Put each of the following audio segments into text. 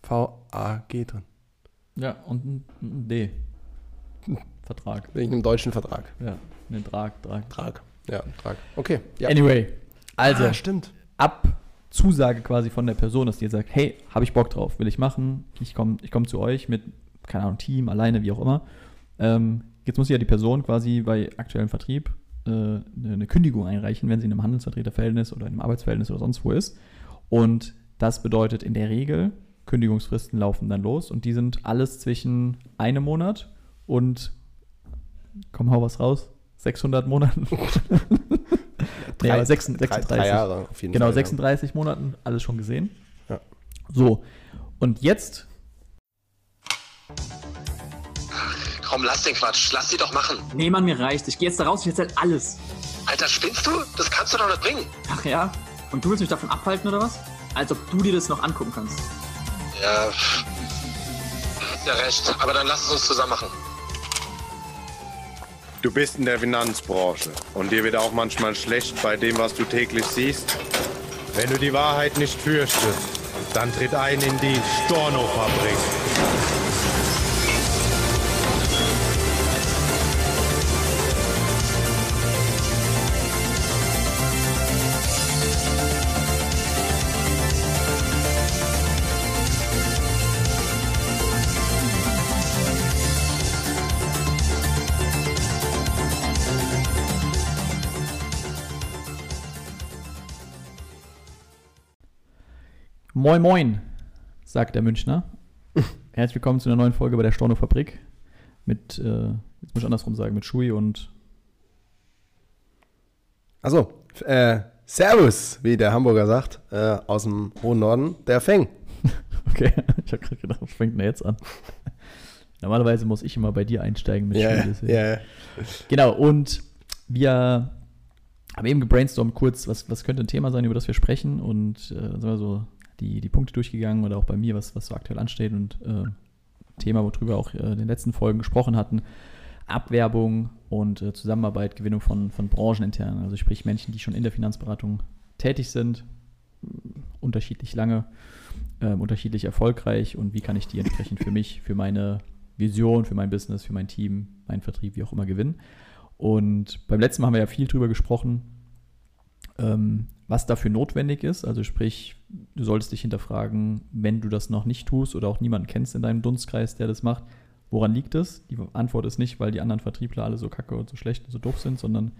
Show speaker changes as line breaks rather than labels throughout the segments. VAG drin.
Ja, und ein, ein D. Vertrag.
Wegen einem deutschen Vertrag.
Ja, einen Drag, Drag.
Trag. Ja, Trag. Okay. Ja.
Anyway, also
Ah, stimmt.
ab Zusage quasi von der Person, dass die sagt, hey, habe ich Bock drauf, will ich machen, ich komme ich komm zu euch mit, keine Ahnung, Team, alleine, wie auch immer. Ähm, jetzt muss ja die Person quasi bei aktuellem Vertrieb äh, eine eine Kündigung einreichen, wenn sie in einem Handelsvertreterverhältnis oder in einem Arbeitsverhältnis oder sonst wo ist. Und das bedeutet in der Regel, Kündigungsfristen laufen dann los und die sind alles zwischen einem Monat und, komm, hau was raus, 600 Monaten. Nee, aber sechs-
drei,
36.
drei Jahre auf jeden
Genau,
Fall.
36 Monaten, alles schon gesehen.
Ja.
So, und jetzt,
Komm, lass den Quatsch. Lass sie doch machen.
Nee, Mann, mir reicht's. Ich gehe jetzt da raus und ich erzähl alles.
Alter, spinnst du? Das kannst du doch nicht bringen.
Ach ja? Und du willst mich davon abhalten oder was? Als ob du dir das noch angucken kannst.
Ja. pff. Hast Ja, recht. Aber dann lass es uns zusammen machen.
Du bist in der Finanzbranche und dir wird auch manchmal schlecht bei dem, was du täglich siehst. Wenn du die Wahrheit nicht fürchtest, dann tritt ein in die Storno-Fabrik.
moin moin, sagt der Münchner. Herzlich willkommen zu einer neuen Folge bei der Storno-Fabrik. Mit, äh, jetzt muss ich andersrum sagen, mit Schui und
Also, äh, Servus, wie der Hamburger sagt, äh, aus dem hohen Norden, der Feng.
Okay, ich habe gerade gedacht, was fängt denn der jetzt an? Normalerweise muss ich immer bei dir einsteigen mit Spiel, deswegen.
ja.
Genau, und wir haben eben gebrainstormt kurz, was, was könnte ein Thema sein, über das wir sprechen und äh, dann sind wir so die, die Punkte durchgegangen oder auch bei mir, was, was so aktuell ansteht und äh, Thema, worüber wir auch äh, in den letzten Folgen gesprochen hatten, Abwerbung und äh, Zusammenarbeit, Gewinnung von, von Branchenintern, also sprich Menschen, die schon in der Finanzberatung tätig sind, mh, unterschiedlich lange, ähm, unterschiedlich erfolgreich und wie kann ich die entsprechend für mich, für meine Vision, für mein Business, für mein Team, meinen Vertrieb, wie auch immer gewinnen. Und beim letzten Mal haben wir ja viel drüber gesprochen, ähm, was dafür notwendig ist. Also sprich, du solltest dich hinterfragen, wenn du das noch nicht tust oder auch niemanden kennst in deinem Dunstkreis, der das macht, woran liegt es? Die Antwort ist nicht, weil die anderen Vertriebler alle so kacke und so schlecht und so doof sind, sondern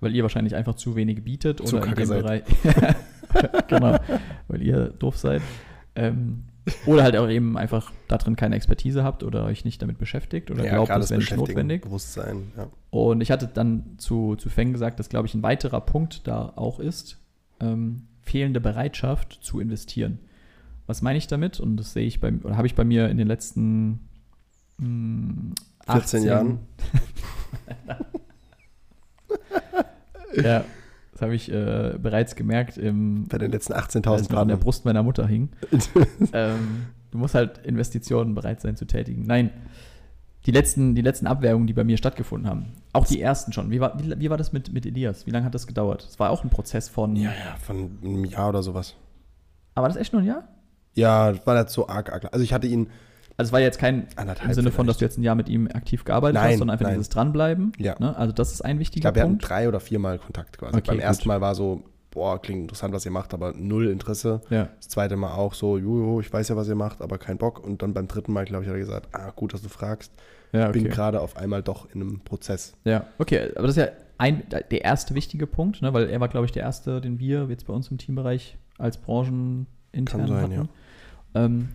weil ihr wahrscheinlich einfach zu wenig bietet
Zu
oder in
kacke
dem
seid.
Bereich. genau, weil ihr doof seid. Ähm, oder halt auch eben einfach darin keine Expertise habt oder euch nicht damit beschäftigt oder glaubt,
gerade
es wäre nicht
Beschäftigen,
notwendig.
Bewusstsein, ja.
Und ich hatte dann zu, zu Feng gesagt, dass, glaube ich, ein weiterer Punkt da auch ist, ähm, fehlende Bereitschaft zu investieren. Was meine ich damit? Und das sehe ich bei, oder habe ich bei mir in den letzten hm, mh,
14 Jahren.
ja, das habe ich äh, bereits gemerkt im,
Bei den letzten
als
18.000
mir an der
Gramm.
Brust meiner Mutter hing. ähm, du musst halt Investitionen bereit sein zu tätigen. Nein, die letzten, die letzten Abwägungen, die bei mir stattgefunden haben, auch die ersten schon. Wie war, wie, wie war das mit, mit Elias? Wie lange hat das gedauert? Es war auch ein Prozess von.
Ja, ja, von einem Jahr oder sowas.
Aber war das echt nur ein Jahr?
Ja, das war nicht so arg, arg. Also ich hatte ihn,
Also es war jetzt kein
Anderthalb
im Sinne von, dass
vielleicht.
du jetzt ein Jahr mit ihm aktiv gearbeitet
Nein,
hast, sondern einfach
nein.
dieses Dranbleiben.
Ja.
Ne? Also das ist ein
ich
wichtiger
glaube, wir hatten
Punkt.
drei oder viermal Kontakt quasi.
Okay,
Beim
gut.
ersten Mal war so, boah, klingt interessant, was ihr macht, aber null Interesse.
Ja.
Das zweite Mal auch so, jojo, ich weiß ja, was ihr macht, aber kein Bock. Und dann beim dritten Mal, glaube ich, hat er gesagt, ah, gut, dass du fragst.
Ja,
Bin
okay.
gerade auf einmal doch in einem Prozess.
Ja, okay, aber das ist ja ein, der erste wichtige Punkt, ne? weil er war, glaube ich, der erste, den wir jetzt bei uns im Teambereich als Branchen intern
Kann sein,
hatten. Ähm,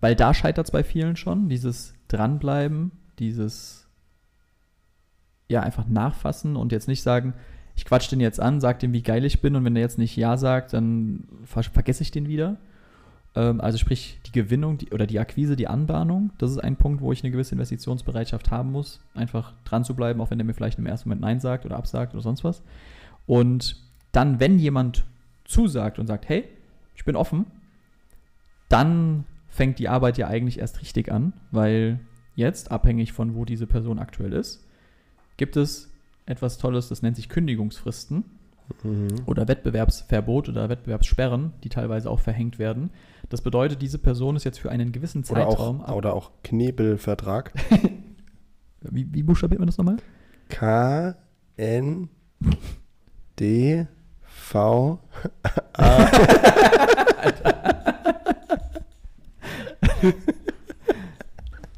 weil da scheitert es bei vielen schon, dieses Dranbleiben, dieses ja einfach nachfassen und jetzt nicht sagen, ich quatsch den jetzt an, sag dem, wie geil ich bin und wenn er jetzt nicht Ja sagt, dann ver vergesse ich den wieder. Ähm, also sprich, die Gewinnung die, oder die Akquise, die Anbahnung, das ist ein Punkt, wo ich eine gewisse Investitionsbereitschaft haben muss, einfach dran zu bleiben, auch wenn der mir vielleicht im ersten Moment Nein sagt oder absagt oder sonst was. Und dann, wenn jemand zusagt und sagt, hey, ich bin offen, dann fängt die Arbeit ja eigentlich erst richtig an, weil jetzt, abhängig von wo diese Person aktuell ist, gibt es etwas Tolles, das nennt sich Kündigungsfristen.
Mhm.
oder Wettbewerbsverbot oder Wettbewerbssperren, die teilweise auch verhängt werden. Das bedeutet, diese Person ist jetzt für einen gewissen
Oder
Zeitraum.
auch,
ab-
oder auch Knebelvertrag.
wie, wie buchstabiert man das nochmal?
K, N, D, V.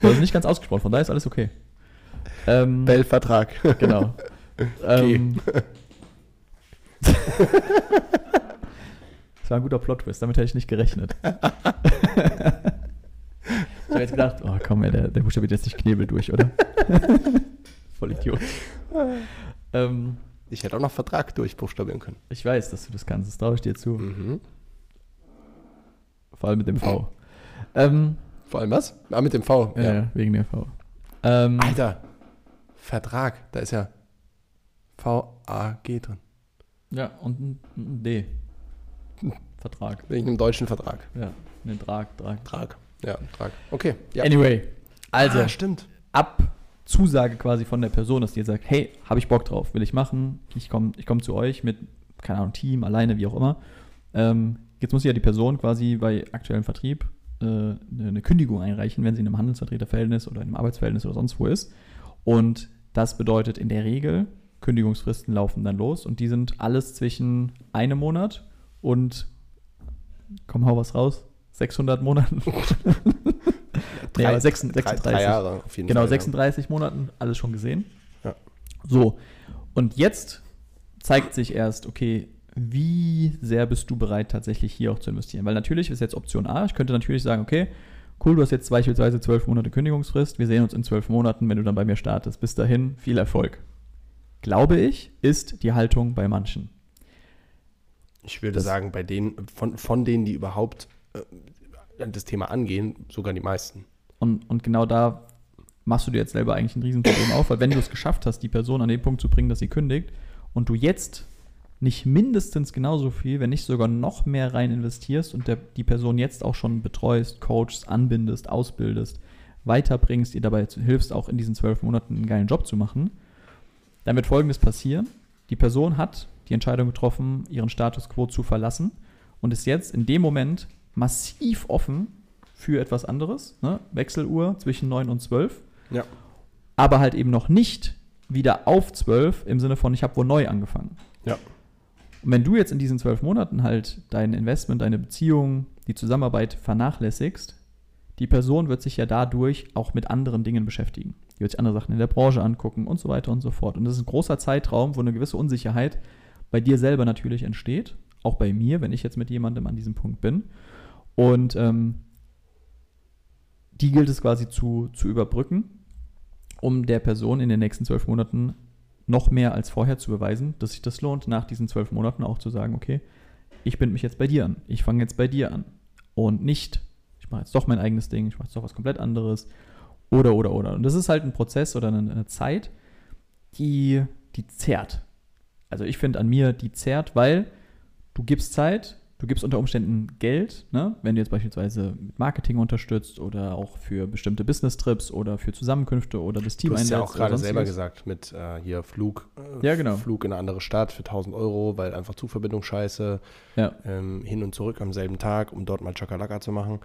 Also nicht ganz ausgesprochen, von daher ist alles okay. Ähm,
Bellvertrag.
genau. ähm, das war ein guter Plot-Twist, damit hätte ich nicht gerechnet. ich habe jetzt gedacht, oh komm, ey, der, der Buchstabe wird jetzt nicht Knebel durch, oder? Voll Idiot. ähm,
Ich hätte auch noch Vertrag durchbuchstabieren können.
ich weiß, dass du das kannst, das traue ich dir zu. Vor allem mit dem V. Ähm,
Vor allem was? Ah, mit dem V.
ja, ja. wegen der V. Ähm,
Alter, Vertrag, da ist ja V-A-G drin.
ja, und ein, ein D. Vertrag.
Wegen einem deutschen Vertrag.
Ja, ein Drag, Drag.
Trag. Ja, Trag. Okay, ja.
Anyway, also
Ah, stimmt.
ab Zusage quasi von der Person, dass die jetzt sagt, hey, habe ich Bock drauf, will ich machen, ich komme ich komm zu euch mit, keine Ahnung, Team, alleine, wie auch immer. Ähm, jetzt muss ja die Person quasi bei aktuellem Vertrieb äh, eine eine Kündigung einreichen, wenn sie in einem Handelsvertreterverhältnis oder in einem Arbeitsverhältnis oder sonst wo ist. Und das bedeutet in der Regel, Kündigungsfristen laufen dann los und die sind alles zwischen einem Monat und, komm, hau was raus, 600 Monaten. nee, aber 36,
Drei, drei Jahre auf jeden
Genau,
Fall.
36 Monaten, alles schon gesehen.
Ja.
So, und jetzt zeigt sich erst, okay, wie sehr bist du bereit, tatsächlich hier auch zu investieren? Weil natürlich ist jetzt Option A, ich könnte natürlich sagen, okay, cool, du hast jetzt beispielsweise 12 Monate Kündigungsfrist, wir sehen uns in 12 Monaten, wenn du dann bei mir startest. Bis dahin, viel Erfolg. Glaube ich, ist die Haltung bei manchen.
Ich würde sagen, bei denen, von, von denen, die überhaupt äh, das Thema angehen, sogar die meisten.
Und, und genau da machst du dir jetzt selber eigentlich ein Riesenproblem auf, weil wenn du es geschafft hast, die Person an den Punkt zu bringen, dass sie kündigt und du jetzt nicht mindestens genauso viel, wenn nicht sogar noch mehr rein investierst und der, die Person jetzt auch schon betreust, coachst, anbindest, ausbildest, weiterbringst, ihr dabei zu- hilfst, auch in diesen zwölf Monaten einen geilen Job zu machen, dann wird Folgendes passieren. Die Person hat die Entscheidung getroffen, ihren Status quo zu verlassen und ist jetzt in dem Moment massiv offen für etwas anderes. Ne? Wechseluhr zwischen 9 und 12,
Ja.
aber halt eben noch nicht wieder auf 12 im Sinne von, ich habe wo neu angefangen.
Ja.
Und wenn du jetzt in diesen zwölf Monaten halt dein Investment, deine Beziehung, die Zusammenarbeit vernachlässigst, die Person wird sich ja dadurch auch mit anderen Dingen beschäftigen. Die wird sich andere Sachen in der Branche angucken und so weiter und so fort. Und das ist ein großer Zeitraum, wo eine gewisse Unsicherheit bei dir selber natürlich entsteht. Auch bei mir, wenn ich jetzt mit jemandem an diesem Punkt bin. Und ähm, die gilt es quasi zu, zu überbrücken, um der Person in den nächsten zwölf Monaten noch mehr als vorher zu beweisen, dass sich das lohnt, nach diesen zwölf Monaten auch zu sagen, okay, ich binde mich jetzt bei dir an, ich fange jetzt bei dir an und nicht, ich mache jetzt doch mein eigenes Ding, ich mache jetzt doch was komplett anderes oder, oder, oder. Und das ist halt ein Prozess oder eine, eine Zeit, die, die zerrt. Also ich finde an mir, die zerrt, weil du gibst Zeit, du gibst unter Umständen Geld, ne? wenn du jetzt beispielsweise mit Marketing unterstützt oder auch für bestimmte Business-Trips oder für Zusammenkünfte oder das Team
Du hast ja
einlädst
auch
oder
gerade
sonstiges.
selber gesagt, mit äh, hier Flug, äh,
Ja, genau.
Flug in eine andere Stadt für 1000 Euro, weil einfach Zugverbindung scheiße,
Ja,
ähm, hin und zurück am selben Tag, um dort mal Chakalaka zu machen.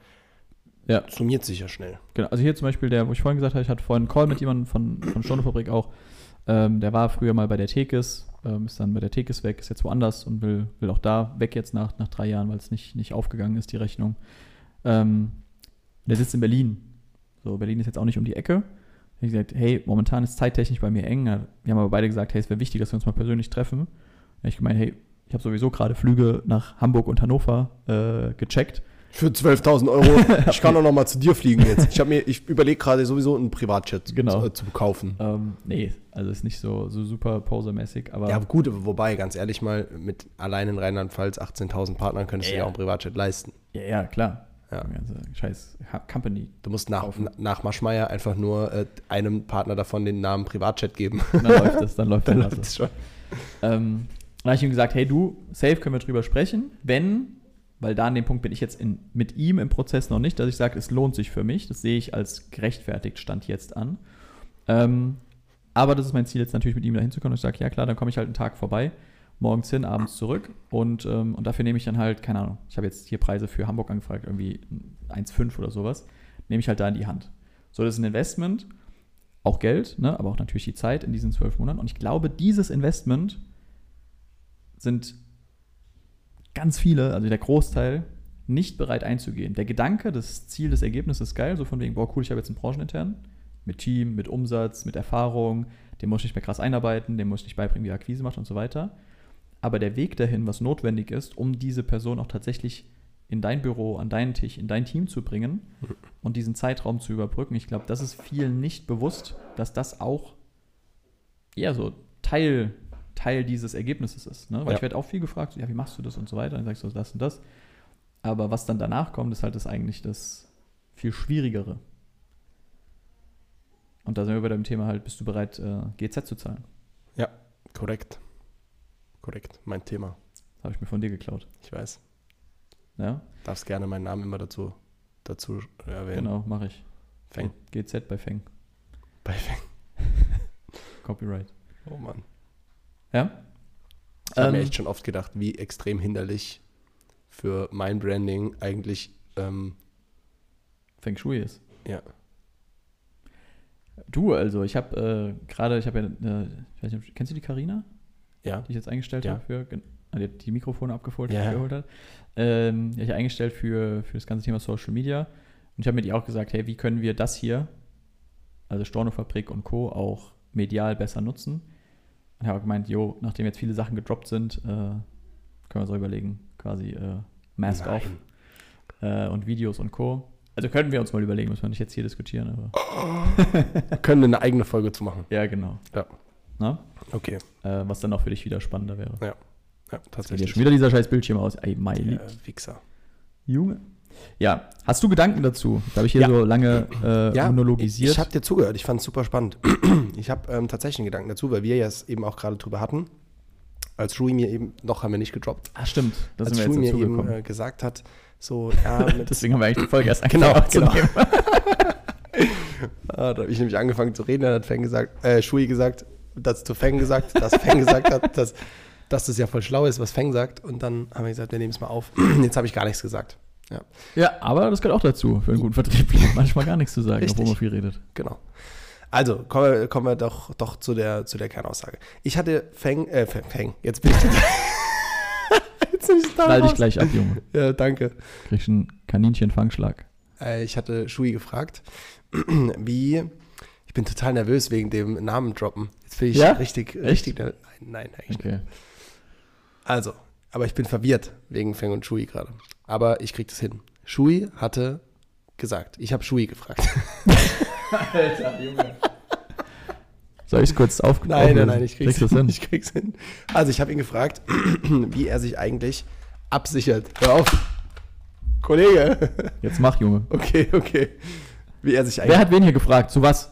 ja.
Summiert sich ja schnell.
Genau, also hier zum Beispiel der, wo ich vorhin gesagt habe, ich hatte vorhin einen Call mit jemandem von, von Stornofabrik auch. Ähm, der war früher mal bei der Tekis, ähm, ist dann bei der Tekis weg, ist jetzt woanders und will, will auch da weg jetzt nach, nach drei Jahren, weil es nicht, nicht aufgegangen ist, die Rechnung. Ähm, der sitzt in Berlin. So, Berlin ist jetzt auch nicht um die Ecke. Ich hab gesagt, hey, momentan ist zeittechnisch bei mir eng. Wir haben aber beide gesagt, hey, es wäre wichtig, dass wir uns mal persönlich treffen. Da hab Ich gemeint, hey, ich habe sowieso gerade Flüge nach Hamburg und Hannover äh, gecheckt.
Für 12.000 Euro. Ich kann auch noch mal zu dir fliegen jetzt. Ich habe mir, ich überlege gerade sowieso einen Privatjet
Genau.
zu, äh, zu kaufen.
Ähm, nee, also ist nicht so, so super posermäßig, aber
Ja, gut, aber wobei, ganz ehrlich mal, mit allein in Rheinland-Ppalz 18.000 Partnern könntest du
Ja.
ja auch einen Privatjet leisten.
ja, ja, klar.
Ja.
Also, scheiß Ha- Company.
Du musst nach, nach Maschmeyer einfach nur äh, einem Partner davon den Namen Privatjet geben.
Und Dann läuft das, dann läuft der
Das
Lasse.
ist schon-
Ähm, dann habe ich ihm gesagt, hey du, safe können wir drüber sprechen, wenn, weil da an dem Punkt bin ich jetzt in, mit ihm im Prozess noch nicht, dass ich sage, es lohnt sich für mich. Das sehe ich als gerechtfertigt Stand jetzt an. Ähm, aber das ist mein Ziel jetzt natürlich mit ihm dahin zu kommen. Und ich sage, ja klar, dann komme ich halt einen Tag vorbei morgens hin, abends zurück. Und, ähm, und dafür nehme ich dann halt, keine Ahnung, ich habe jetzt hier Preise für Hamburg angefragt, irgendwie 1,5 oder sowas. Nehme ich halt da in die Hand. So, das ist ein Investment, auch Geld, ne, aber auch natürlich die Zeit in diesen zwölf Monaten. Und ich glaube, dieses Investment sind ganz viele, also der Großteil, nicht bereit einzugehen. Der Gedanke, das Ziel, das Ergebnis ist geil, so von wegen, boah, cool, ich habe jetzt einen Brancheninternen mit Team, mit Umsatz, mit Erfahrung, dem muss ich nicht mehr krass einarbeiten, dem muss ich nicht beibringen, wie er Akquise macht und so weiter. Aber der Weg dahin, was notwendig ist, um diese Person auch tatsächlich in dein Büro, an deinen Tisch, in dein Team zu bringen und diesen Zeitraum zu überbrücken, ich glaube, das ist vielen nicht bewusst, dass das auch eher so Teil, Teil dieses Ergebnisses ist. Ne? Weil
Ja.
ich werde auch viel gefragt, so, ja, wie machst du das und so weiter, dann sagst du das und das. Aber was dann danach kommt, ist halt das eigentlich das viel Schwierigere. Und da sind wir bei dem Thema halt, bist du bereit, äh, GZ zu zahlen?
Ja, korrekt. Korrekt, mein Thema.
Das habe ich mir von dir geklaut. ne?
Ich weiß.
Ja,
Darfst gerne meinen Namen immer dazu, dazu äh, erwähnen.
genau, mache ich.
Feng.
GZ bei Feng.
Bei Feng.
Copyright.
Oh Mann.
Ja?
Ich habe mir
Ähm,
echt schon oft gedacht, wie extrem hinderlich für mein Branding eigentlich, ähm,
Feng Shui ist.
ja,
Du, also, ich habe äh, gerade, ich habe ja, äh, ich weiß nicht, kennst du die Karina,
ja,
die ich jetzt eingestellt
Ja.
habe für, gen- ah, die hat die Mikrofone abgeholt,
Ja, ja.
abgeholt hat. Ähm, die hab ich eingestellt für, für das ganze Thema Social Media. Und ich habe mit ihr auch gesagt, hey, wie können wir das hier, also Stornofabrik und Co., auch medial besser nutzen? Und habe gemeint, jo, nachdem jetzt viele Sachen gedroppt sind, äh, können wir uns auch überlegen, quasi äh, Mask
Nein.
off äh, und Videos und Co. Also können wir uns mal überlegen, müssen wir nicht jetzt hier diskutieren, aber.
können wir eine eigene Folge zu machen.
Ja, genau.
Ja,
Na?
okay,
Äh, was dann auch für dich wieder spannender wäre.
ja, ja,
Geht ja
tatsächlich.
schon wieder dieser scheiß Bildschirm aus. Ey,
äh,
mein
Wichser.
Junge. Ja, hast du Gedanken dazu? Da habe ich hier
Ja.
so lange äh, monologisiert.
Ich, ich habe dir zugehört, ich fand es super spannend. ich habe ähm, tatsächlich einen Gedanken dazu, weil wir ja es eben auch gerade drüber hatten. Als Rui mir eben, noch haben wir nicht gedroppt,
ah, stimmt. Da
als
sind wir
Rui
jetzt
mir
dazu
eben
gekommen.
äh, gesagt hat, so, ja, mit,
Deswegen haben wir eigentlich die Folge erst
Genau,
angefangen aufzunehmen.
Ah, da habe ich nämlich angefangen zu reden, dann hat Feng gesagt, äh, Shui gesagt, das zu Feng gesagt, dass Feng gesagt hat, dass, dass das ja voll schlau ist, was Feng sagt. Und dann haben wir gesagt, wir nehmen es mal auf. Jetzt habe ich gar nichts gesagt. Ja,
Ja, aber das gehört auch dazu, für einen guten Vertrieb. Manchmal gar nichts zu sagen,
Richtig.
obwohl man viel redet.
genau. Also, kommen wir, kommen wir doch, doch zu, der, zu der Kernaussage. Ich hatte Feng, äh, Feng, Feng, jetzt bin ich Jetzt bin ich da
Knall dich
raus.
gleich ab, Junge.
Ja, danke.
Kriegst einen Kaninchenfangschlag.
Äh, ich hatte Shui gefragt, wie. Ich bin total nervös wegen dem Namen droppen. Jetzt bin ich
Ja?
richtig,
Echt?
richtig. Nein, nein, eigentlich
Okay.
Also, aber ich bin verwirrt wegen Feng und Shui gerade. Aber ich krieg das hin. Shui hatte gesagt. Ich habe Shui gefragt.
Soll ich es kurz auf
Nein, nein,
auflösen?
nein, ich krieg's
Kriegst
hin.
du das hin.
Ich krieg's hin. Also, ich habe ihn gefragt, wie er sich eigentlich absichert. Hör auf. Kollege.
Jetzt mach, Junge.
Okay, okay. Wie er sich
Wer
eigentlich.
hat wen hier gefragt? Zu was?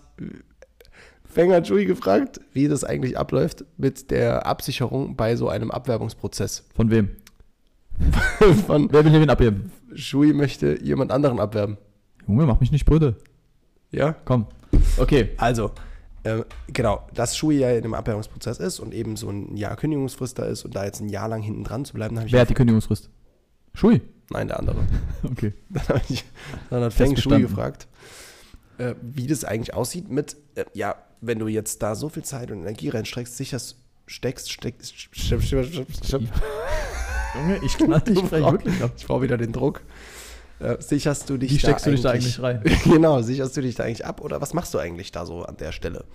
Feng hat Shui gefragt, wie das eigentlich abläuft mit der Absicherung bei so einem Abwerbungsprozess.
Von wem?
Von
Wer will hier wen abheben?
Shui möchte jemand anderen abwerben.
Junge, mach mich nicht brüde.
Ja?
Komm. Okay.
Also, äh, genau, dass Shui ja in einem Abwehrungsprozess ist und eben so ein Jahr Kündigungsfrist da ist und da jetzt ein Jahr lang hinten dran zu bleiben, dann habe ich.
Wer hat die Kündigungsfrist? Schui.
Nein, der andere.
Okay.
Dann, hab ich, dann hat Feng Shui
bestanden.
gefragt, äh, wie das eigentlich aussieht mit, äh, ja, wenn du jetzt da so viel Zeit und Energie reinsteckst, sicherst, steckst, steckst, steckst, steckst, steckst, steckst
Junge, ich knall dich
gleich wirklich ich brauche wieder den Druck. Äh, sicherst du dich
Wie steckst du dich da eigentlich
genau, sicherst du dich da eigentlich ab oder was machst du eigentlich da so an der Stelle?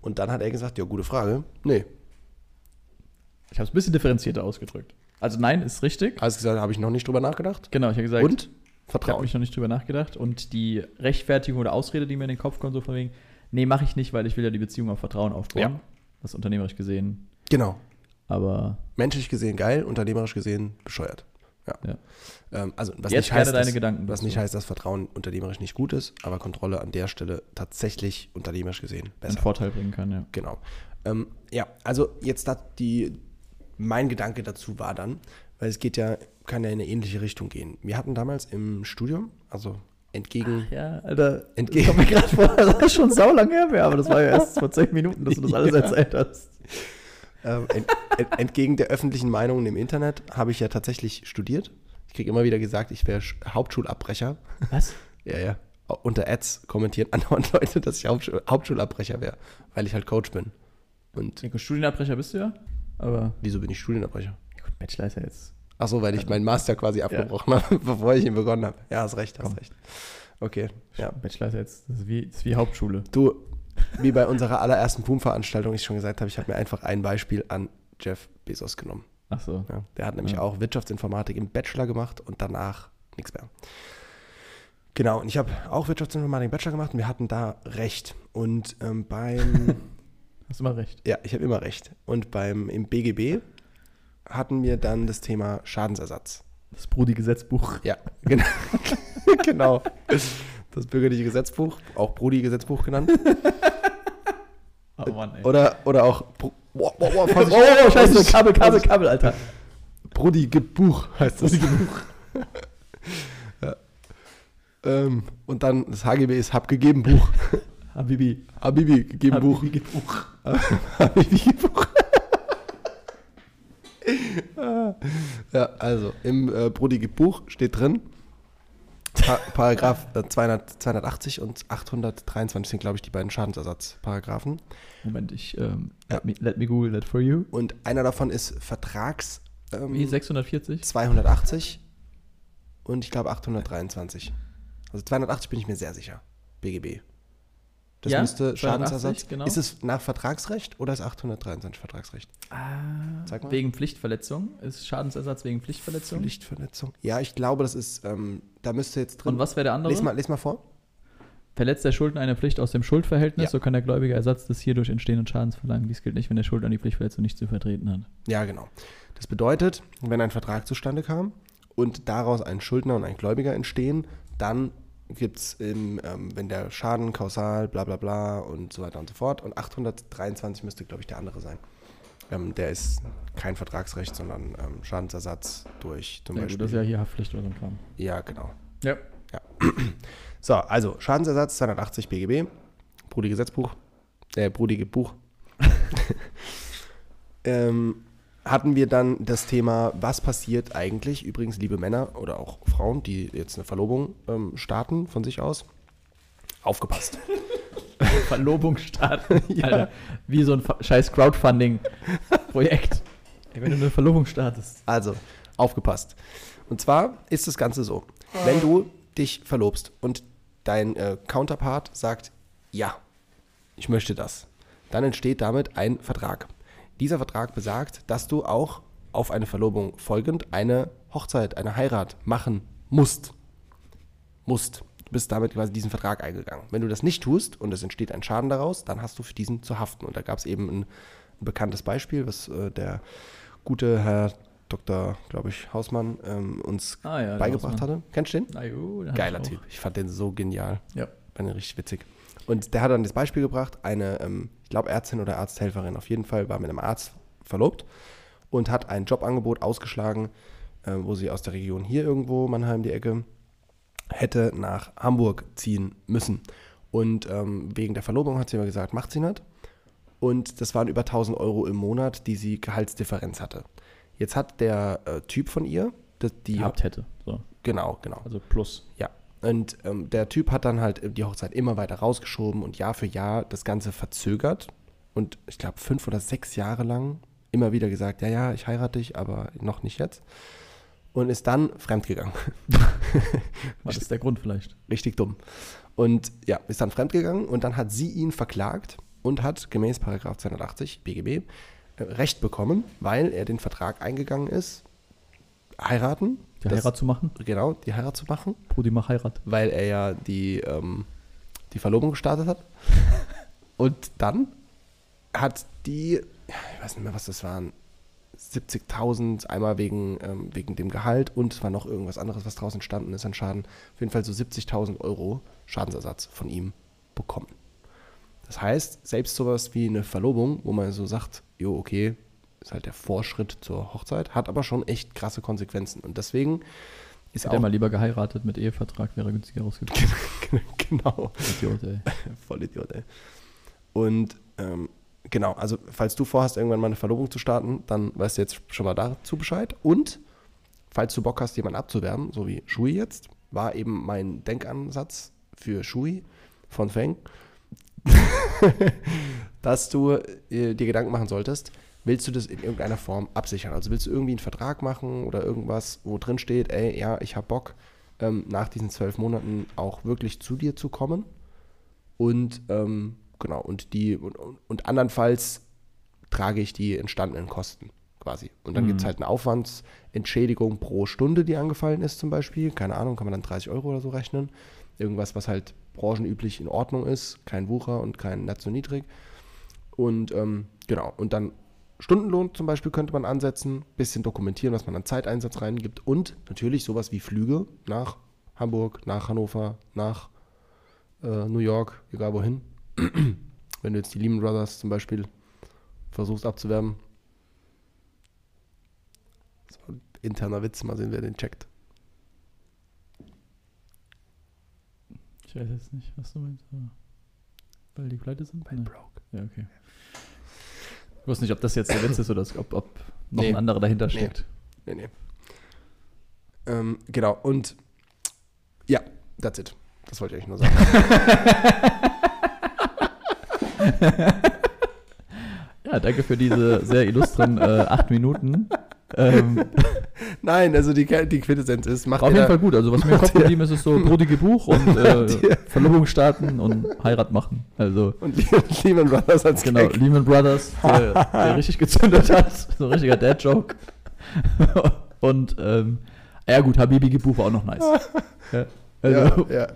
Und dann hat er gesagt, ja, gute Frage. Nee,
Ich habe es ein bisschen differenzierter ausgedrückt. Also nein, ist richtig.
Alles gesagt, habe ich noch nicht drüber nachgedacht.
Genau, ich habe gesagt,
Und?
ich habe
Vertrauen.
mich noch nicht drüber nachgedacht. Und die Rechtfertigung oder Ausrede, die mir in den Kopf kommt, so von wegen, nee, mache ich nicht, weil ich will ja die Beziehung auf Vertrauen aufbauen.
Ja.
Das ist unternehmerisch gesehen.
Genau.
Aber
Menschlich gesehen geil, unternehmerisch gesehen bescheuert. Ja.
Ja.
Ähm, also, was
Jetzt
nicht heißt,
gerne deine
dass,
Gedanken
Was
dazu.
nicht heißt, dass Vertrauen unternehmerisch nicht gut ist, aber Kontrolle an der Stelle tatsächlich unternehmerisch gesehen
einen
besser.
Vorteil bringen kann, ja.
Genau. Ähm, ja, also jetzt hat die, mein Gedanke dazu war dann, weil es geht ja, kann ja in eine ähnliche Richtung gehen. Wir hatten damals im Studium, also entgegen
Ja, Alter.
Entgegen-
Entgegen. Das kommt mir gerade vor, das ist schon saulang her, aber das war ja erst vor zehn Minuten, dass du das alles
Ja.
erzählt hast.
Ähm, ent ent- entgegen der öffentlichen Meinungen im Internet habe ich ja tatsächlich studiert. Ich kriege immer wieder gesagt, ich wäre Sch- Hauptschulabbrecher.
Was?
Ja, ja. Au- Unter Ads kommentieren andauernd Leute, dass ich Hauptschul Hauptschulabbrecher wäre, weil ich halt Coach bin. Und
Nico, Studienabbrecher bist du ja, aber
wieso bin ich Studienabbrecher?
ja gut, Bachelor ist ja jetzt.
Ach so, weil ich meinen Master quasi abgebrochen habe, bevor ich ihn begonnen habe. Ja, hast recht, hast recht. Okay, ja.
Bachelor ist ja jetzt, das ist wie, das ist wie Hauptschule.
Du, wie bei unserer allerersten Boom-Veranstaltung, ich schon gesagt habe, ich habe mir einfach ein Beispiel an Jeff Bezos genommen.
Ach so.
Ja, der hat nämlich auch Wirtschaftsinformatik im Bachelor gemacht und danach nichts mehr. Genau, und ich habe auch Wirtschaftsinformatik im Bachelor gemacht und wir hatten da recht. Und ähm, beim
Hast du mal recht.
Ja, ich habe immer recht. Und beim im BGB hatten wir dann das Thema Schadensersatz.
Das Brudi-Gesetzbuch.
Ja, genau. genau. Das bürgerliche Gesetzbuch, auch Brudi-Gesetzbuch genannt.
Oh Mann, ey.
Oder, oder auch Bru- Wow, wow, wow, Vorsicht.
oh, scheiße, Kabel, Kabel, Kabel, Alter.
Brudi-Gebuch heißt das. Brudi-Gebuch. ja. ähm, und dann das HGB ist Habgegeben Buch.
Habibi.
Habibi, gegeben Buch.
Habibi Gebuch.
Habibi-Buch. ja, also im äh, Brudige Buch steht drin, pa Paragraph äh, 200, 280 und 823 sind, glaube ich, die beiden Schadensersatzparagraphen.
Moment, ich, ähm,
Ja.
let, me, let me google that for you.
Und einer davon ist Vertrags
Wie,
ähm,
640?
280 und ich glaube 823. Also 280 bin ich mir sehr sicher. BGB. Das
Ja,
müsste
280,
Schadensersatz.
genau.
Ist es nach Vertragsrecht oder ist 823 Vertragsrecht?
Ah,
Zeig mal.
Wegen Pflichtverletzung. Ist Schadensersatz wegen Pflichtverletzung.
Lichtverletzung. Ja, ich glaube, das ist, ähm, da müsste jetzt drin.
Und was wäre der andere?
Lies mal, lies mal vor.
Verletzt der Schuldner eine Pflicht aus dem Schuldverhältnis,
Ja.
so kann der Gläubiger Ersatz des hierdurch entstehenden Schadens verlangen. Dies gilt nicht, wenn der Schuldner die Pflichtverletzung nicht zu vertreten hat.
Ja, genau. Das bedeutet, wenn ein Vertrag zustande kam und daraus ein Schuldner und ein Gläubiger entstehen, dann gibt es, ähm, wenn der Schaden kausal, bla bla bla und so weiter und so fort. Und 823 müsste, glaube ich, der andere sein. Ähm, der ist kein Vertragsrecht, sondern ähm, Schadensersatz durch zum
Ja, gut,
Beispiel.
das ist ja hier Haftpflicht oder so ein Kram.
ja, genau.
Ja.
Ja. So, also Schadensersatz 280 BGB, Brudi Gesetzbuch, äh, Brudi Buch. ähm, hatten wir dann das Thema, was passiert eigentlich, übrigens liebe Männer oder auch Frauen, die jetzt eine Verlobung ähm, starten von sich aus, aufgepasst.
Verlobung starten, Alter. Wie so ein Fa- scheiß Crowdfunding-Projekt. Ey, wenn du eine Verlobung startest.
Also, aufgepasst. Und zwar ist das Ganze so. Wenn du dich verlobst und dein äh, Counterpart sagt, ja, ich möchte das, dann entsteht damit ein Vertrag. Dieser Vertrag besagt, dass du auch auf eine Verlobung folgend eine Hochzeit, eine Heirat machen musst. Musst. Du bist damit quasi diesen Vertrag eingegangen. Wenn du das nicht tust und es entsteht ein Schaden daraus, dann hast du für diesen zu haften. Und da gab es eben ein, ein bekanntes Beispiel, was äh, der gute Herr Dr., glaube ich, Hausmann ähm, uns
Ah ja, der
beigebracht
Hausmann.
hatte. Kennst du den?
Na jo, da hab
Geiler
ich auch-
Typ. Ich fand den so genial.
Ja.
Fand den richtig witzig. Und der hat dann das Beispiel gebracht, eine, ähm, ich glaube, Ärztin oder Arzthelferin auf jeden Fall war mit einem Arzt verlobt und hat ein Jobangebot ausgeschlagen, äh, wo sie aus der Region hier irgendwo, Mannheim die Ecke, hätte nach Hamburg ziehen müssen. Und ähm, wegen der Verlobung hat sie immer gesagt, macht sie nicht. Und das waren über 1000 Euro im Monat, die sie Gehaltsdifferenz hatte. Jetzt hat der äh, Typ von ihr, das, die,
Gehabt hätte. So.
genau, genau.
Also plus.
Ja. Und ähm, der Typ hat dann halt die Hochzeit immer weiter rausgeschoben und Jahr für Jahr das Ganze verzögert. Und ich glaube, fünf oder sechs Jahre lang immer wieder gesagt, ja, ja, ich heirate dich, aber noch nicht jetzt. Und ist dann fremdgegangen.
War das der Grund vielleicht?
Richtig dumm. Und ja, ist dann fremdgegangen und dann hat sie ihn verklagt und hat gemäß Paragraph 280 BGB äh, Recht bekommen, weil er den Vertrag eingegangen ist, heiraten,
Die
das-
Heirat zu machen?
genau, die Heirat zu machen.
Brudi, mach Heirat.
weil er ja die, ähm, die Verlobung gestartet hat. Und dann hat die, ich weiß nicht mehr, was das waren, 70.000, einmal wegen, ähm, wegen dem Gehalt und es war noch irgendwas anderes, was draus entstanden ist an Schaden. Auf jeden Fall so 70.000 Euro Schadensersatz von ihm bekommen. Das heißt, selbst sowas wie eine Verlobung, wo man so sagt, jo, okay, ist halt der Vorschritt zur Hochzeit, hat aber schon echt krasse Konsequenzen. Und deswegen ist
Hätte
auch...
er mal lieber geheiratet mit Ehevertrag, wäre günstiger rausgekommen.
genau.
Idiot, ey.
Vollidiot, ey. Und ähm, Genau, also falls du vorhast, irgendwann mal eine Verlobung zu starten, dann weißt du jetzt schon mal dazu Bescheid. Und falls du Bock hast, jemanden abzuwerben, so wie Shui jetzt, war eben mein Denkansatz für Shui von Feng, dass du äh, dir Gedanken machen solltest, willst du das in irgendeiner Form absichern? Also willst du irgendwie einen Vertrag machen oder irgendwas, wo drin steht, ey, ja, ich habe Bock, ähm, nach diesen zwölf Monaten auch wirklich zu dir zu kommen? Und ähm, genau, und die, und, und andernfalls trage ich die entstandenen Kosten quasi. Und dann gibt es halt eine Aufwandsentschädigung pro Stunde, die angefallen ist zum Beispiel. Keine Ahnung, kann man dann 30 Euro oder so rechnen. Irgendwas, was halt branchenüblich in Ordnung ist, kein Wucher und kein Netz so niedrig. Und ähm, genau, und dann Stundenlohn zum Beispiel könnte man ansetzen, bisschen dokumentieren, was man an Zeiteinsatz reingibt und natürlich sowas wie Flüge nach Hamburg, nach Hannover, nach äh, New York, egal wohin. Wenn du jetzt die Lehman Brothers zum Beispiel versuchst abzuwerben. Das war ein interner Witz, mal sehen, wer den checkt.
Ich weiß jetzt nicht, was du meinst. aber- Weil die pleite sind?
Hm.
Weil broke. Ja, okay. Ich wusste nicht, ob das jetzt der Witz ist oder ob, ob noch
Nee.
ein anderer dahinter
Nee.
steckt.
Nee, nee. Ähm, genau, und ja, that's it. Das wollte ich eigentlich nur sagen.
Ja, danke für diese sehr illustren äh, acht Minuten. Ähm,
Nein, also die, die Quintessenz ist, macht
war auf
jeder-
jeden Fall gut. Also, was mir im Kopf geblieben ist, ist so brudige Buch und äh,
dir-
Verlobung starten und Heirat machen. Also,
Und Lehman Brothers als
genau,
Gag.
Lehman Brothers, der, der richtig gezündet hat. So ein richtiger Dad-Joke. und, ähm, ja, gut, Habibi Gebuch war auch noch nice. Ja, also,
Ja, ja.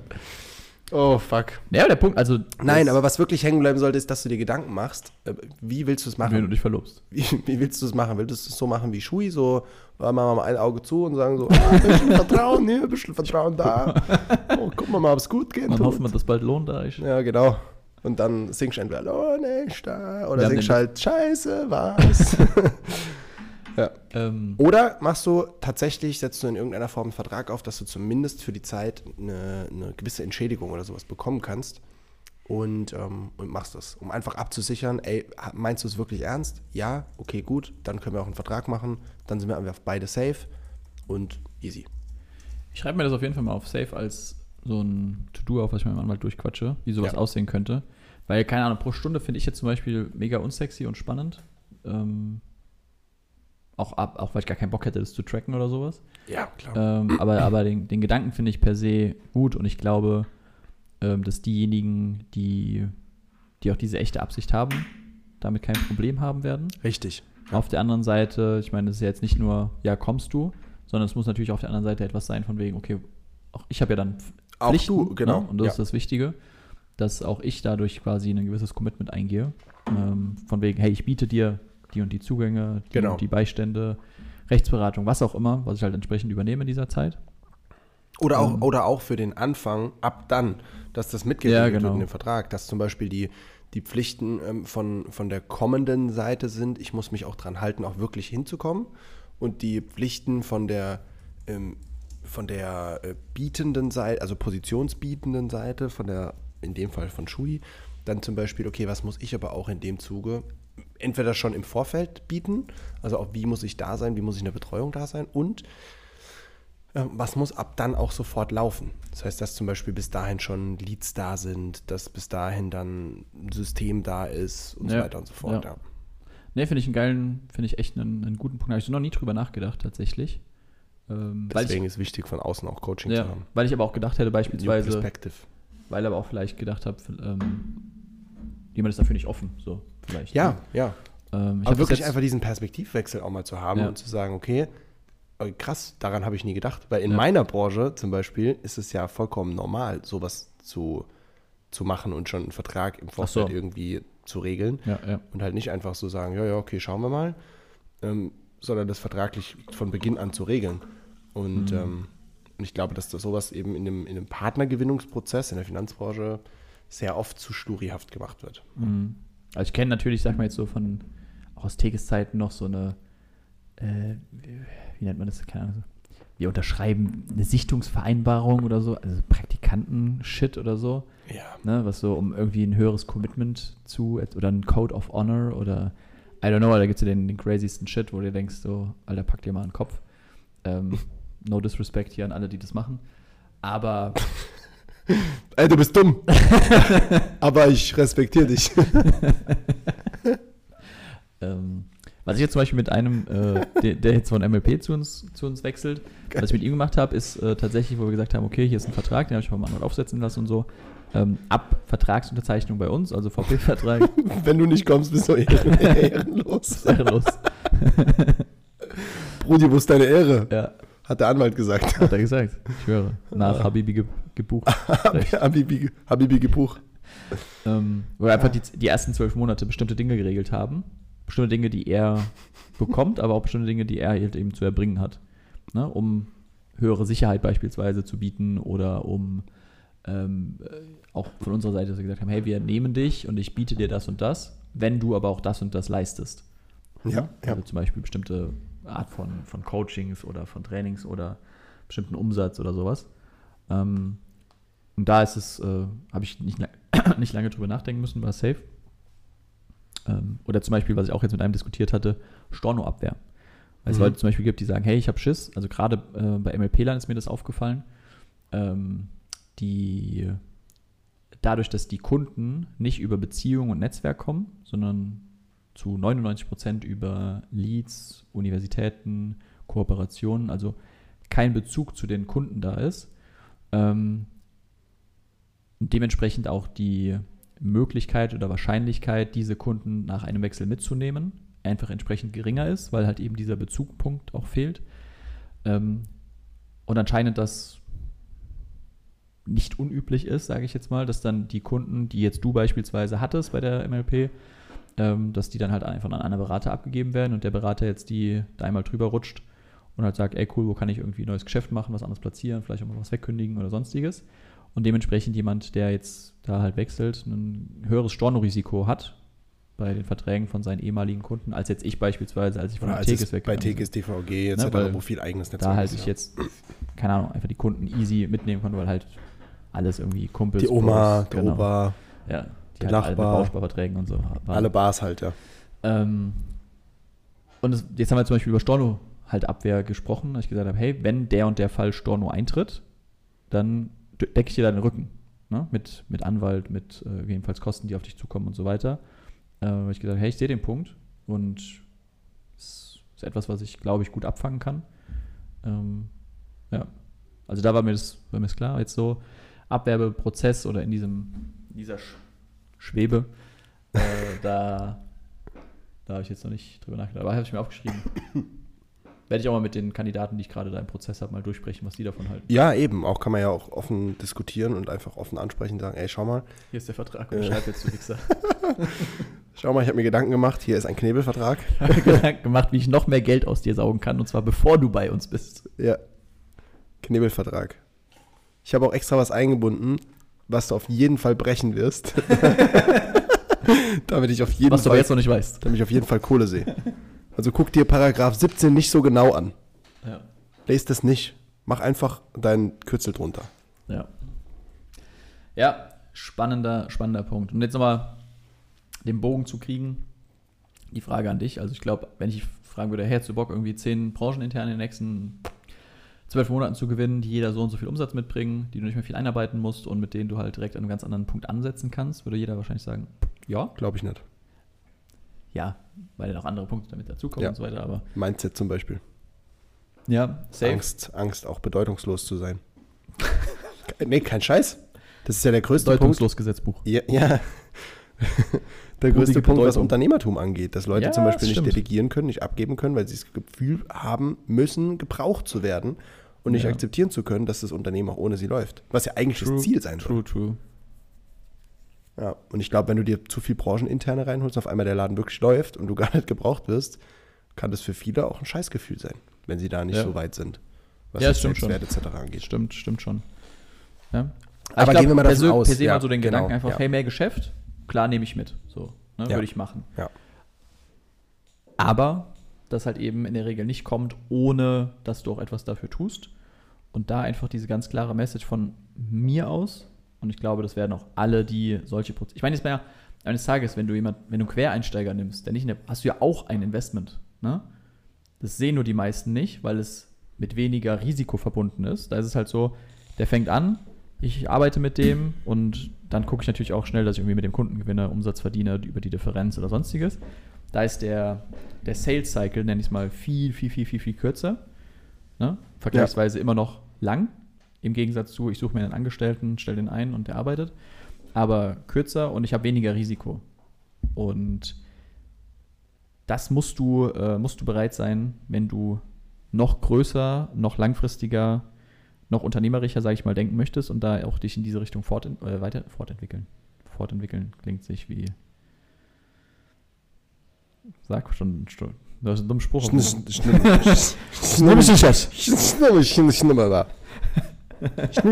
Oh, fuck.
Ja, der Punkt, also.
Nein,
das-
aber was wirklich hängen bleiben sollte, ist, dass du dir Gedanken machst, äh, wie willst du es
Wenn du
machen?
dich verlobst.
Wie, wie willst du es machen? Willst du es so machen wie Schui, so äh, machen wir mal ein Auge zu und sagen so, ah, ein bisschen Vertrauen hier, ein bisschen Vertrauen da. Oh, gucken wir mal, ob es gut geht.
Dann hoffen wir, dass bald Lohn da ist.
Ja, genau. Und dann singst du entweder Lohne ich da oder
Wir haben
singst
den-
halt Scheiße, was?
Ähm,
Oder machst du tatsächlich, setzt du in irgendeiner Form einen Vertrag auf, dass du zumindest für die Zeit eine, eine gewisse Entschädigung oder sowas bekommen kannst und, ähm, und machst das, um einfach abzusichern, ey, ha- meinst du es wirklich ernst? Ja, okay, gut, dann können wir auch einen Vertrag machen, dann sind wir einfach beide safe und easy.
ich schreibe mir das auf jeden Fall mal auf Safe als so ein To-Do auf, was ich mit meinem Anwalt durchquatsche, wie sowas
Ja.
aussehen könnte. Weil, keine Ahnung, pro Stunde finde ich jetzt zum Beispiel mega unsexy und spannend. Ähm, auch, ab, auch weil ich gar keinen Bock hätte, das zu tracken oder sowas.
Ja, klar.
Ähm, aber aber den, den Gedanken finde ich per se gut und ich glaube, ähm, dass diejenigen, die, die auch diese echte Absicht haben, damit kein Problem haben werden.
Richtig.
Auf der anderen Seite, ich meine, das ist ja jetzt nicht nur, ja, kommst du, sondern es muss natürlich auf der anderen Seite etwas sein, von wegen, okay, auch ich habe ja dann Pf-
Auch du, genau,
ne? Und das
ja.
ist das Wichtige, dass auch ich dadurch quasi ein gewisses Commitment eingehe. Ähm, von wegen, hey, ich biete dir die und die Zugänge, die
Genau.
und die Beistände, Rechtsberatung, was auch immer, was ich halt entsprechend übernehme in dieser Zeit.
Oder auch,
Ähm.
oder auch für den Anfang, ab dann, dass das mitgeregelt
Ja,
wird
genau.
in dem Vertrag, dass zum Beispiel die, die Pflichten ähm, von, von der kommenden Seite sind, ich muss mich auch dran halten, auch wirklich hinzukommen. Und die Pflichten von der, ähm, von der äh, bietenden Seite, also positionsbietenden Seite, von der, in dem Fall von Schui, dann zum Beispiel, okay, was muss ich aber auch in dem Zuge entweder schon im Vorfeld bieten, also auch wie muss ich da sein, wie muss ich in der Betreuung da sein und ähm, was muss ab dann auch sofort laufen? Das heißt, dass zum Beispiel bis dahin schon Leads da sind, dass bis dahin dann ein System da ist und so
Ja,
weiter und so fort.
ja.
Ja.
Ne, finde ich einen geilen, finde ich echt einen, einen guten Punkt. Da habe ich noch nie drüber nachgedacht, tatsächlich. Ähm, weil,
Deswegen
ich,
ist wichtig, von außen auch Coaching zu
ja,
haben.
weil ich aber auch gedacht hätte,
New
beispielsweise,
Perspective.
weil aber auch vielleicht gedacht habe, ähm, jemand ist dafür nicht offen, so vielleicht.
Ja,
ne?
ja.
ähm, ich hab
Aber
das
wirklich
jetzt-
einfach diesen Perspektivwechsel auch mal zu haben
Ja.
und zu sagen, okay, äh, krass, daran habe ich nie gedacht. Weil in
Ja.
meiner Branche zum Beispiel ist es ja vollkommen normal, sowas zu, zu machen und schon einen Vertrag im Vorfeld irgendwie zu regeln.
Ja, ja.
und halt nicht einfach so sagen, ja, ja, okay, schauen wir mal, ähm, sondern das vertraglich von Beginn an zu regeln. Und,
Mhm.
ähm, und ich glaube, dass das sowas eben in dem, in dem Partnergewinnungsprozess in der Finanzbranche sehr oft zu schlurihaft gemacht wird.
Also ich kenne natürlich, sag mal jetzt so von auch aus Teges Zeiten noch so eine, äh, wie nennt man das? Keine Ahnung. so wir unterschreiben eine Sichtungsvereinbarung oder so, also Praktikanten-Shit oder so,
Ja.
ne, was so, um irgendwie ein höheres Commitment zu, oder ein Code of Honor oder, I don't know, da gibt es ja den, den craziesten Shit, wo du dir denkst, so, Alter, pack dir mal einen Kopf. Ähm, no disrespect hier an alle, die das machen. Aber
Ey, du bist dumm. Aber ich respektiere dich.
Ähm, was ich jetzt zum Beispiel mit einem, äh, der, der jetzt von MLP zu uns, zu uns wechselt, was ich mit ihm gemacht habe, ist äh, tatsächlich, wo wir gesagt haben, okay, hier ist ein Vertrag, den habe ich mal mal aufsetzen lassen und so. Ähm, ab Vertragsunterzeichnung bei uns, also VP-Vertrag,
Wenn du nicht kommst, bist du ehren- ehrenlos.
sehr los.
Brudi, wo ist deine Ehre?
Ja,
Hat der Anwalt gesagt.
hat er gesagt. Ich höre. Nach Habibi ge gebucht. Recht.
Habibi, Habibi Gebuch.
ähm, wo wir einfach die, die ersten zwölf Monate bestimmte Dinge geregelt haben. Bestimmte Dinge, die er bekommt, aber auch bestimmte Dinge, die er halt eben zu erbringen hat. Ne? Um höhere Sicherheit beispielsweise zu bieten oder um ähm, äh, auch von unserer Seite, dass wir gesagt haben, hey, wir nehmen dich und ich biete dir das und das, wenn du aber auch das und das leistest.
Ja, ja.
Also zum Beispiel bestimmte Art von, von Coachings oder von Trainings oder bestimmten Umsatz oder sowas. Ähm, und da ist es, äh, habe ich nicht, la- nicht lange drüber nachdenken müssen, war safe. Ähm, oder zum Beispiel, was ich auch jetzt mit einem diskutiert hatte, Stornoabwehr. Weil es Leute zum Beispiel gibt, die sagen, hey, ich habe Schiss. Also gerade äh, bei MLP-Lern ist mir das aufgefallen. Ähm, die dadurch, dass die Kunden nicht über Beziehungen und Netzwerk kommen, sondern zu 99 Prozent über Leads, Universitäten, Kooperationen, also kein Bezug zu den Kunden da ist. Ähm, und dementsprechend auch die Möglichkeit oder Wahrscheinlichkeit, diese Kunden nach einem Wechsel mitzunehmen, einfach entsprechend geringer ist, weil halt eben dieser Bezugpunkt auch fehlt. Ähm, und anscheinend das nicht unüblich ist, sage ich jetzt mal, dass dann die Kunden, die jetzt du beispielsweise hattest bei der MLP, ähm, dass die dann halt einfach an einen Berater abgegeben werden und der Berater jetzt die da einmal drüber rutscht und halt sagt, ey cool, wo kann ich irgendwie ein neues Geschäft machen, was anderes platzieren, vielleicht auch mal was wegkündigen oder sonstiges. Und dementsprechend jemand, der jetzt da halt wechselt, ein höheres Stornorisiko hat bei den Verträgen von seinen ehemaligen Kunden, als jetzt ich beispielsweise, als ich von
Oder
der
als es
Tekis
bei
weggegangen bin.
TGS, DVG etc.,
Ne, weil
wo viel eigenes Netzwerk
da halt
ist,
ich
ja.
jetzt, keine Ahnung, einfach die Kunden easy mitnehmen konnte, weil halt alles irgendwie Kumpels.
Die Oma,
Bros,
der
genau.
Opa,
ja,
der
die halt alle mit
Nachbar.
Bausparverträgen und so. waren.
alle Bars halt, ja.
Ähm, und es, jetzt haben wir zum Beispiel über Storno halt Abwehr gesprochen, dass ich gesagt habe, hey, wenn der und der Fall Storno eintritt, dann d- decke ich dir deinen Rücken. Ne? Mit, mit Anwalt, mit äh, jedenfalls Kosten, die auf dich zukommen und so weiter. Äh, habe ich gesagt, hey, ich sehe den Punkt und es ist etwas, was ich, glaube ich, gut abfangen kann. Ähm, ja. Also da war mir das, war mir das klar. Jetzt so Abwerbeprozess oder in diesem, in dieser Sch Schwebe, äh, da da habe ich jetzt noch nicht drüber nachgedacht, aber habe ich mir aufgeschrieben. Werde ich auch mal mit den Kandidaten, die ich gerade da im Prozess habe, mal durchsprechen, was die davon halten.
Ja, eben. Auch kann man ja auch offen diskutieren und einfach offen ansprechen und sagen, ey, schau mal,
Hier ist der Vertrag,
Äh.
unterschreib jetzt, du Wichser.
schau mal, ich habe mir Gedanken gemacht, hier ist ein Knebelvertrag.
habe Gedanken gemacht, wie ich noch mehr Geld aus dir saugen kann, und zwar bevor du bei uns bist.
Ja. Knebelvertrag. Ich habe auch extra was eingebunden, was du auf jeden Fall brechen wirst. damit ich auf jeden
Was du aber
Fall
jetzt noch nicht weißt.
damit ich auf jeden Fall Kohle sehe. Also guck dir Paragraph 17 nicht so genau an.
Ja.
Lest es nicht. Mach einfach deinen Kürzel drunter.
Ja. Ja, spannender, spannender Punkt. Und jetzt nochmal den Bogen zu kriegen. Die Frage an dich. Also ich glaube, wenn ich fragen würde, hey, hast du Bock, irgendwie zehn Branchen intern in den nächsten zwölf Monaten zu gewinnen, die jeder so und so viel Umsatz mitbringen, die du nicht mehr viel einarbeiten musst und mit denen du halt direkt an einem ganz anderen Punkt ansetzen kannst, würde jeder wahrscheinlich sagen, ja,
Glaube ich nicht.
ja, weil dann auch andere Punkte damit dazukommen
Ja.
und so weiter, aber
Mindset zum Beispiel.
ja, safe.
Angst, Angst, auch bedeutungslos zu sein. nee, kein Scheiß. Das ist ja der größte Punkt.
Deutungslos Gesetzbuch.
Ja, ja. Der größte
Blutige
Punkt, was
Bedeutung.
Unternehmertum angeht, dass Leute
Ja,
zum Beispiel
das
nicht
stimmt.
delegieren können, nicht abgeben können, weil sie das Gefühl haben müssen, gebraucht zu werden und nicht
Ja.
akzeptieren zu können, dass das Unternehmen auch ohne sie läuft. Was ja eigentlich das Ziel sein soll.
True, true.
Ja. Und ich glaube, wenn du dir zu viel Brancheninterne reinholst, auf einmal der Laden wirklich läuft und du gar nicht gebraucht wirst, kann das für viele auch ein Scheißgefühl sein, wenn sie da nicht
Ja.
so weit sind. Was
Ja,
das
stimmt schon.
Selbstwert etc. angeht.
Stimmt, stimmt schon. Ja.
Aber
ich glaub,
gehen wir mal davon
per se-
aus,
Per se
ja,
mal so den
genau,
Gedanken einfach,
ja.
hey, mehr Geschäft, klar nehme ich mit. So, ne,
Ja.
würde ich machen.
Ja.
Aber das halt eben in der Regel nicht kommt, ohne dass du auch etwas dafür tust. Und da einfach diese ganz klare Message von mir aus. Und ich glaube, das werden auch alle, die solche Prozesse. Ich meine, jetzt mal ja eines Tages, wenn du jemand, wenn du einen Quereinsteiger nimmst, der nicht in der, hast du ja auch ein Investment. Ne? Das sehen nur die meisten nicht, weil es mit weniger Risiko verbunden ist. Da ist es halt so, der fängt an, ich arbeite mit dem und dann gucke ich natürlich auch schnell, dass ich irgendwie mit dem Kunden gewinne, Umsatz verdiene über die Differenz oder sonstiges. Da ist der, der Sales Cycle, nenne ich es mal, viel, viel, viel, viel, viel kürzer. Ne? Vergleichsweise immer noch lang. Im Gegensatz zu, ich suche mir einen Angestellten, stelle den ein und der arbeitet. Aber kürzer und ich habe weniger Risiko. Und das musst du, äh, musst du bereit sein, wenn du noch größer, noch langfristiger, noch unternehmerischer, sage ich mal, denken möchtest und da auch dich in diese Richtung fort, äh, weiter fortentwickeln. Fortentwickeln klingt sich wie. Sag schon, schon das ist ein dummer Spruch.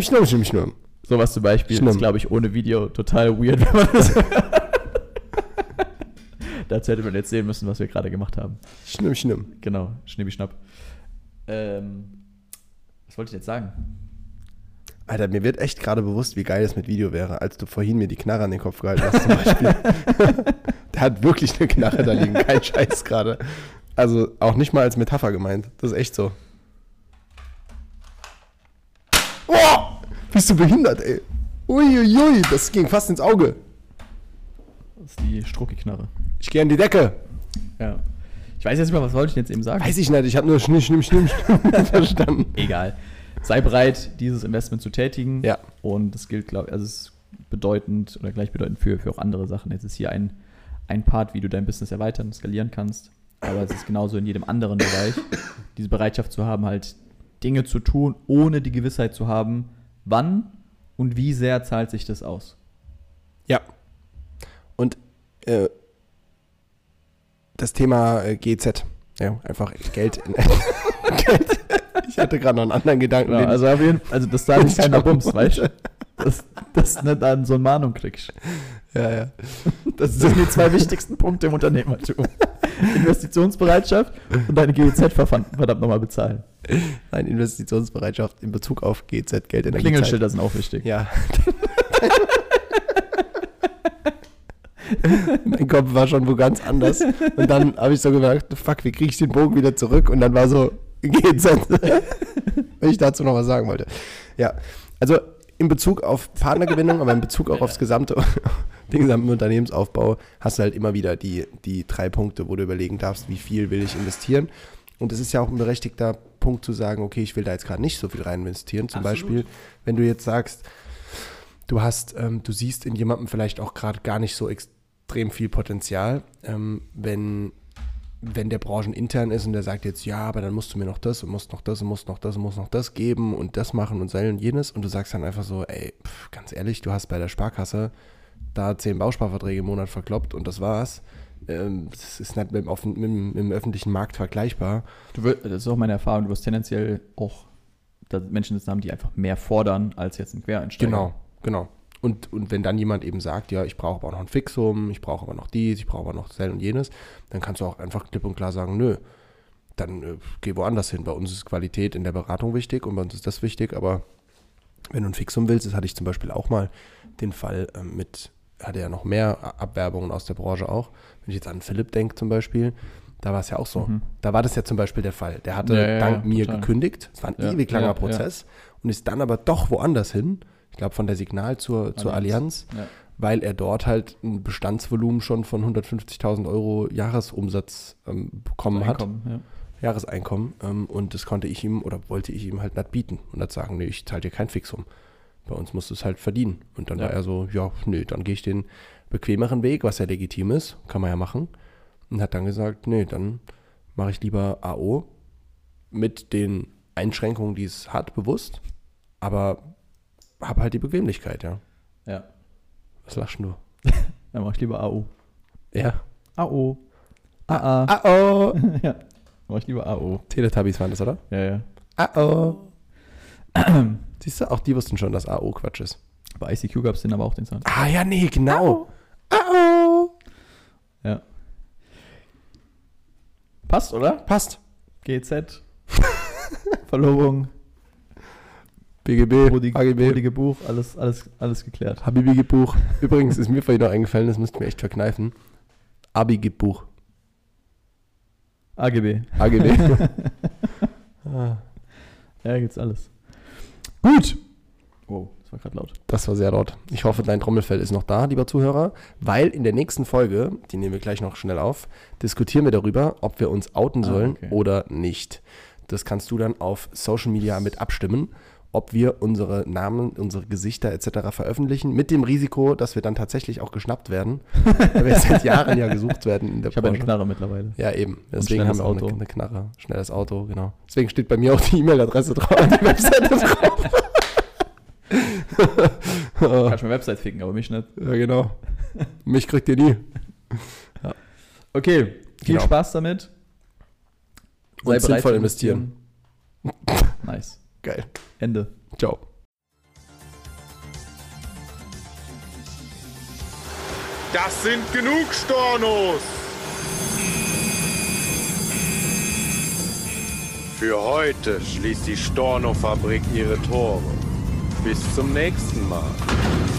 Sowas zum Beispiel
Schlimm.
ist, glaube ich, ohne Video total weird, wenn man das. Dazu hätte man jetzt sehen müssen, was wir gerade gemacht haben. Genau, Schnibbi-Schnapp. Ähm, was wollte ich jetzt sagen?
Alter, mir wird echt gerade bewusst, wie geil es mit Video wäre, als du vorhin mir die Knarre an den Kopf gehalten hast zum Beispiel. Der hat wirklich eine Knarre da liegen, kein Scheiß gerade. Also auch nicht mal als Metapher gemeint. Das ist echt so. Oh! Bist du behindert, ey? Uiuiui, das ging fast ins Auge.
Das ist die Strucki-Knarre.
Ich gehe an die Decke.
Ja. Ich weiß jetzt nicht mal, was wollte ich denn jetzt eben sagen?
Weiß ich nicht, ich habe nur schnimm, schnimm, schnimm, schnimm verstanden.
Egal. Sei bereit, dieses Investment zu tätigen.
Ja.
Und das gilt, glaube ich, also es ist bedeutend oder gleichbedeutend für, für auch andere Sachen. Jetzt ist hier ein, ein Part, wie du dein Business erweitern und skalieren kannst. Aber es ist genauso in jedem anderen Bereich, diese Bereitschaft zu haben, halt Dinge zu tun, ohne die Gewissheit zu haben, wann und wie sehr zahlt sich das aus.
Ja. Und äh, das Thema äh, GZ. Ja, einfach Geld. In, Geld. Ich hatte gerade noch einen anderen Gedanken.
Genau,
den-
also, auf jeden, also das da nicht keiner Bums, weißt du? Dass dass du nicht dann so eine Mahnung kriegst.
ja, ja.
Das sind die zwei wichtigsten Punkte im Unternehmertum. Investitionsbereitschaft und deine GEZ verdammt nochmal bezahlen.
Nein, Investitionsbereitschaft in Bezug auf GZ, Geld in der
Klingelschilder sind auch wichtig.
Ja. mein Kopf war schon wo ganz anders. Und dann habe ich so gemerkt, fuck, wie kriege ich den Bogen wieder zurück? Und dann war so, geht's jetzt? Wenn ich dazu noch was sagen wollte. Ja, also in Bezug auf Partnergewinnung, aber in Bezug auch aufs gesamte, den gesamten Unternehmensaufbau, hast du halt immer wieder die, die drei Punkte, wo du überlegen darfst, wie viel will ich investieren. Und es ist ja auch ein berechtigter Punkt zu sagen, okay, ich will da jetzt gerade nicht so viel rein investieren. Zum Beispiel, wenn du jetzt sagst, du hast, ähm, du siehst in jemandem vielleicht auch gerade gar nicht so extrem viel Potenzial, ähm, wenn, wenn der branchenintern ist und der sagt jetzt, ja, aber dann musst du mir noch das und musst noch das und musst noch das und musst noch das geben und das machen und sein und jenes und du sagst dann einfach so, ey, pf, ganz ehrlich, du hast bei der Sparkasse da zehn Bausparverträge im Monat verkloppt und das war's. Ähm, das ist nicht mit dem, offen- mit, dem, mit dem öffentlichen Markt vergleichbar.
Du wirst, das ist auch meine Erfahrung, du wirst tendenziell auch da Menschen jetzt haben, die einfach mehr fordern als jetzt ein Quereinsteiger.
Genau, genau. Und, und wenn dann jemand eben sagt, ja, ich brauche aber auch noch ein Fixum, ich brauche aber noch dies, ich brauche aber noch das und jenes, dann kannst du auch einfach klipp und klar sagen, nö, dann äh, geh woanders hin. Bei uns ist Qualität in der Beratung wichtig und bei uns ist das wichtig, aber wenn du ein Fixum willst, das hatte ich zum Beispiel auch mal den Fall ähm, mit, hatte ja noch mehr A- Abwerbungen aus der Branche auch. Wenn ich jetzt an Philipp denke zum Beispiel, da war es ja auch so. Da war das ja zum Beispiel der Fall. Der hatte
Mhm. Ja, ja,
dank
ja,
mir
total.
gekündigt. Es war ein
Ja,
ewig langer
ja, ja.
Prozess und ist dann aber doch woanders hin. Ich glaube, von der Signal zur, zur Allianz,
Ja.
weil er dort halt ein Bestandsvolumen schon von 150.000 Euro Jahresumsatz ähm, bekommen hat.
Einkommen, ja.
Jahreseinkommen ähm, und das konnte ich ihm oder wollte ich ihm halt nicht bieten und hat sagen, nee, ich zahle dir kein Fixum. Bei uns musst du es halt verdienen. Und dann
Ja.
war er so, ja, nee, dann gehe ich den bequemeren Weg, was ja legitim ist, kann man ja machen. Und hat dann gesagt, nee, dann mache ich lieber AO mit den Einschränkungen, die es hat, bewusst, aber habe halt die Bequemlichkeit, ja.
ja.
Was lachst denn
Dann mach ich lieber AO.
du? Ja.
AO. AA.
Ah oh!
Ja. Dann mach ich lieber AO.
Teletubbies waren das, oder?
Ja, ja.
Ah oh! Siehst du, auch die wussten schon, dass AO Quatsch ist.
Bei ICQ gab es den aber auch den Sound.
Ah ja, nee, genau. Au.
Ja. Passt, oder?
Passt.
GZ. Verlobung.
BGB,
Rodige,
AGB,
rodige Buch. Alles, alles, alles geklärt.
Habibi-Gebuch. Übrigens ist mir vorhin noch eingefallen, das müsste ich mir echt verkneifen. Abi-Gebuch.
AGB.
AGB.
Ja, gibt's alles. Gut. Wow, das war gerade laut.
Das war sehr laut. Ich hoffe, dein Trommelfell ist noch da, lieber Zuhörer, weil in der nächsten Folge, die nehmen wir gleich noch schnell auf, diskutieren wir darüber, ob wir uns outen sollen
Ah, okay.
oder nicht. Das kannst du dann auf Social Media mit abstimmen, ob wir unsere Namen, unsere Gesichter etc. veröffentlichen, mit dem Risiko, dass wir dann tatsächlich auch geschnappt werden, weil wir seit Jahren ja gesucht werden in der
Ich habe eine
Branche.
Knarre mittlerweile.
Ja, eben. Deswegen haben
schnelles
wir auch eine,
Auto.
eine Knarre. Schnelles Auto, genau. Deswegen steht bei mir auch die E-Mail-Adresse drauf, die Webseite drauf.
Kannst meine Website ficken, aber mich nicht.
Ja, genau. Mich kriegt ihr nie.
Okay, viel
Genau.
Spaß damit.
Und
bereit
sinnvoll
zu
investieren.
investieren. nice.
Geil.
Ende.
Ciao.
Das sind genug Stornos! Für heute schließt die Storno-Fabrik ihre Tore. Bis zum nächsten Mal.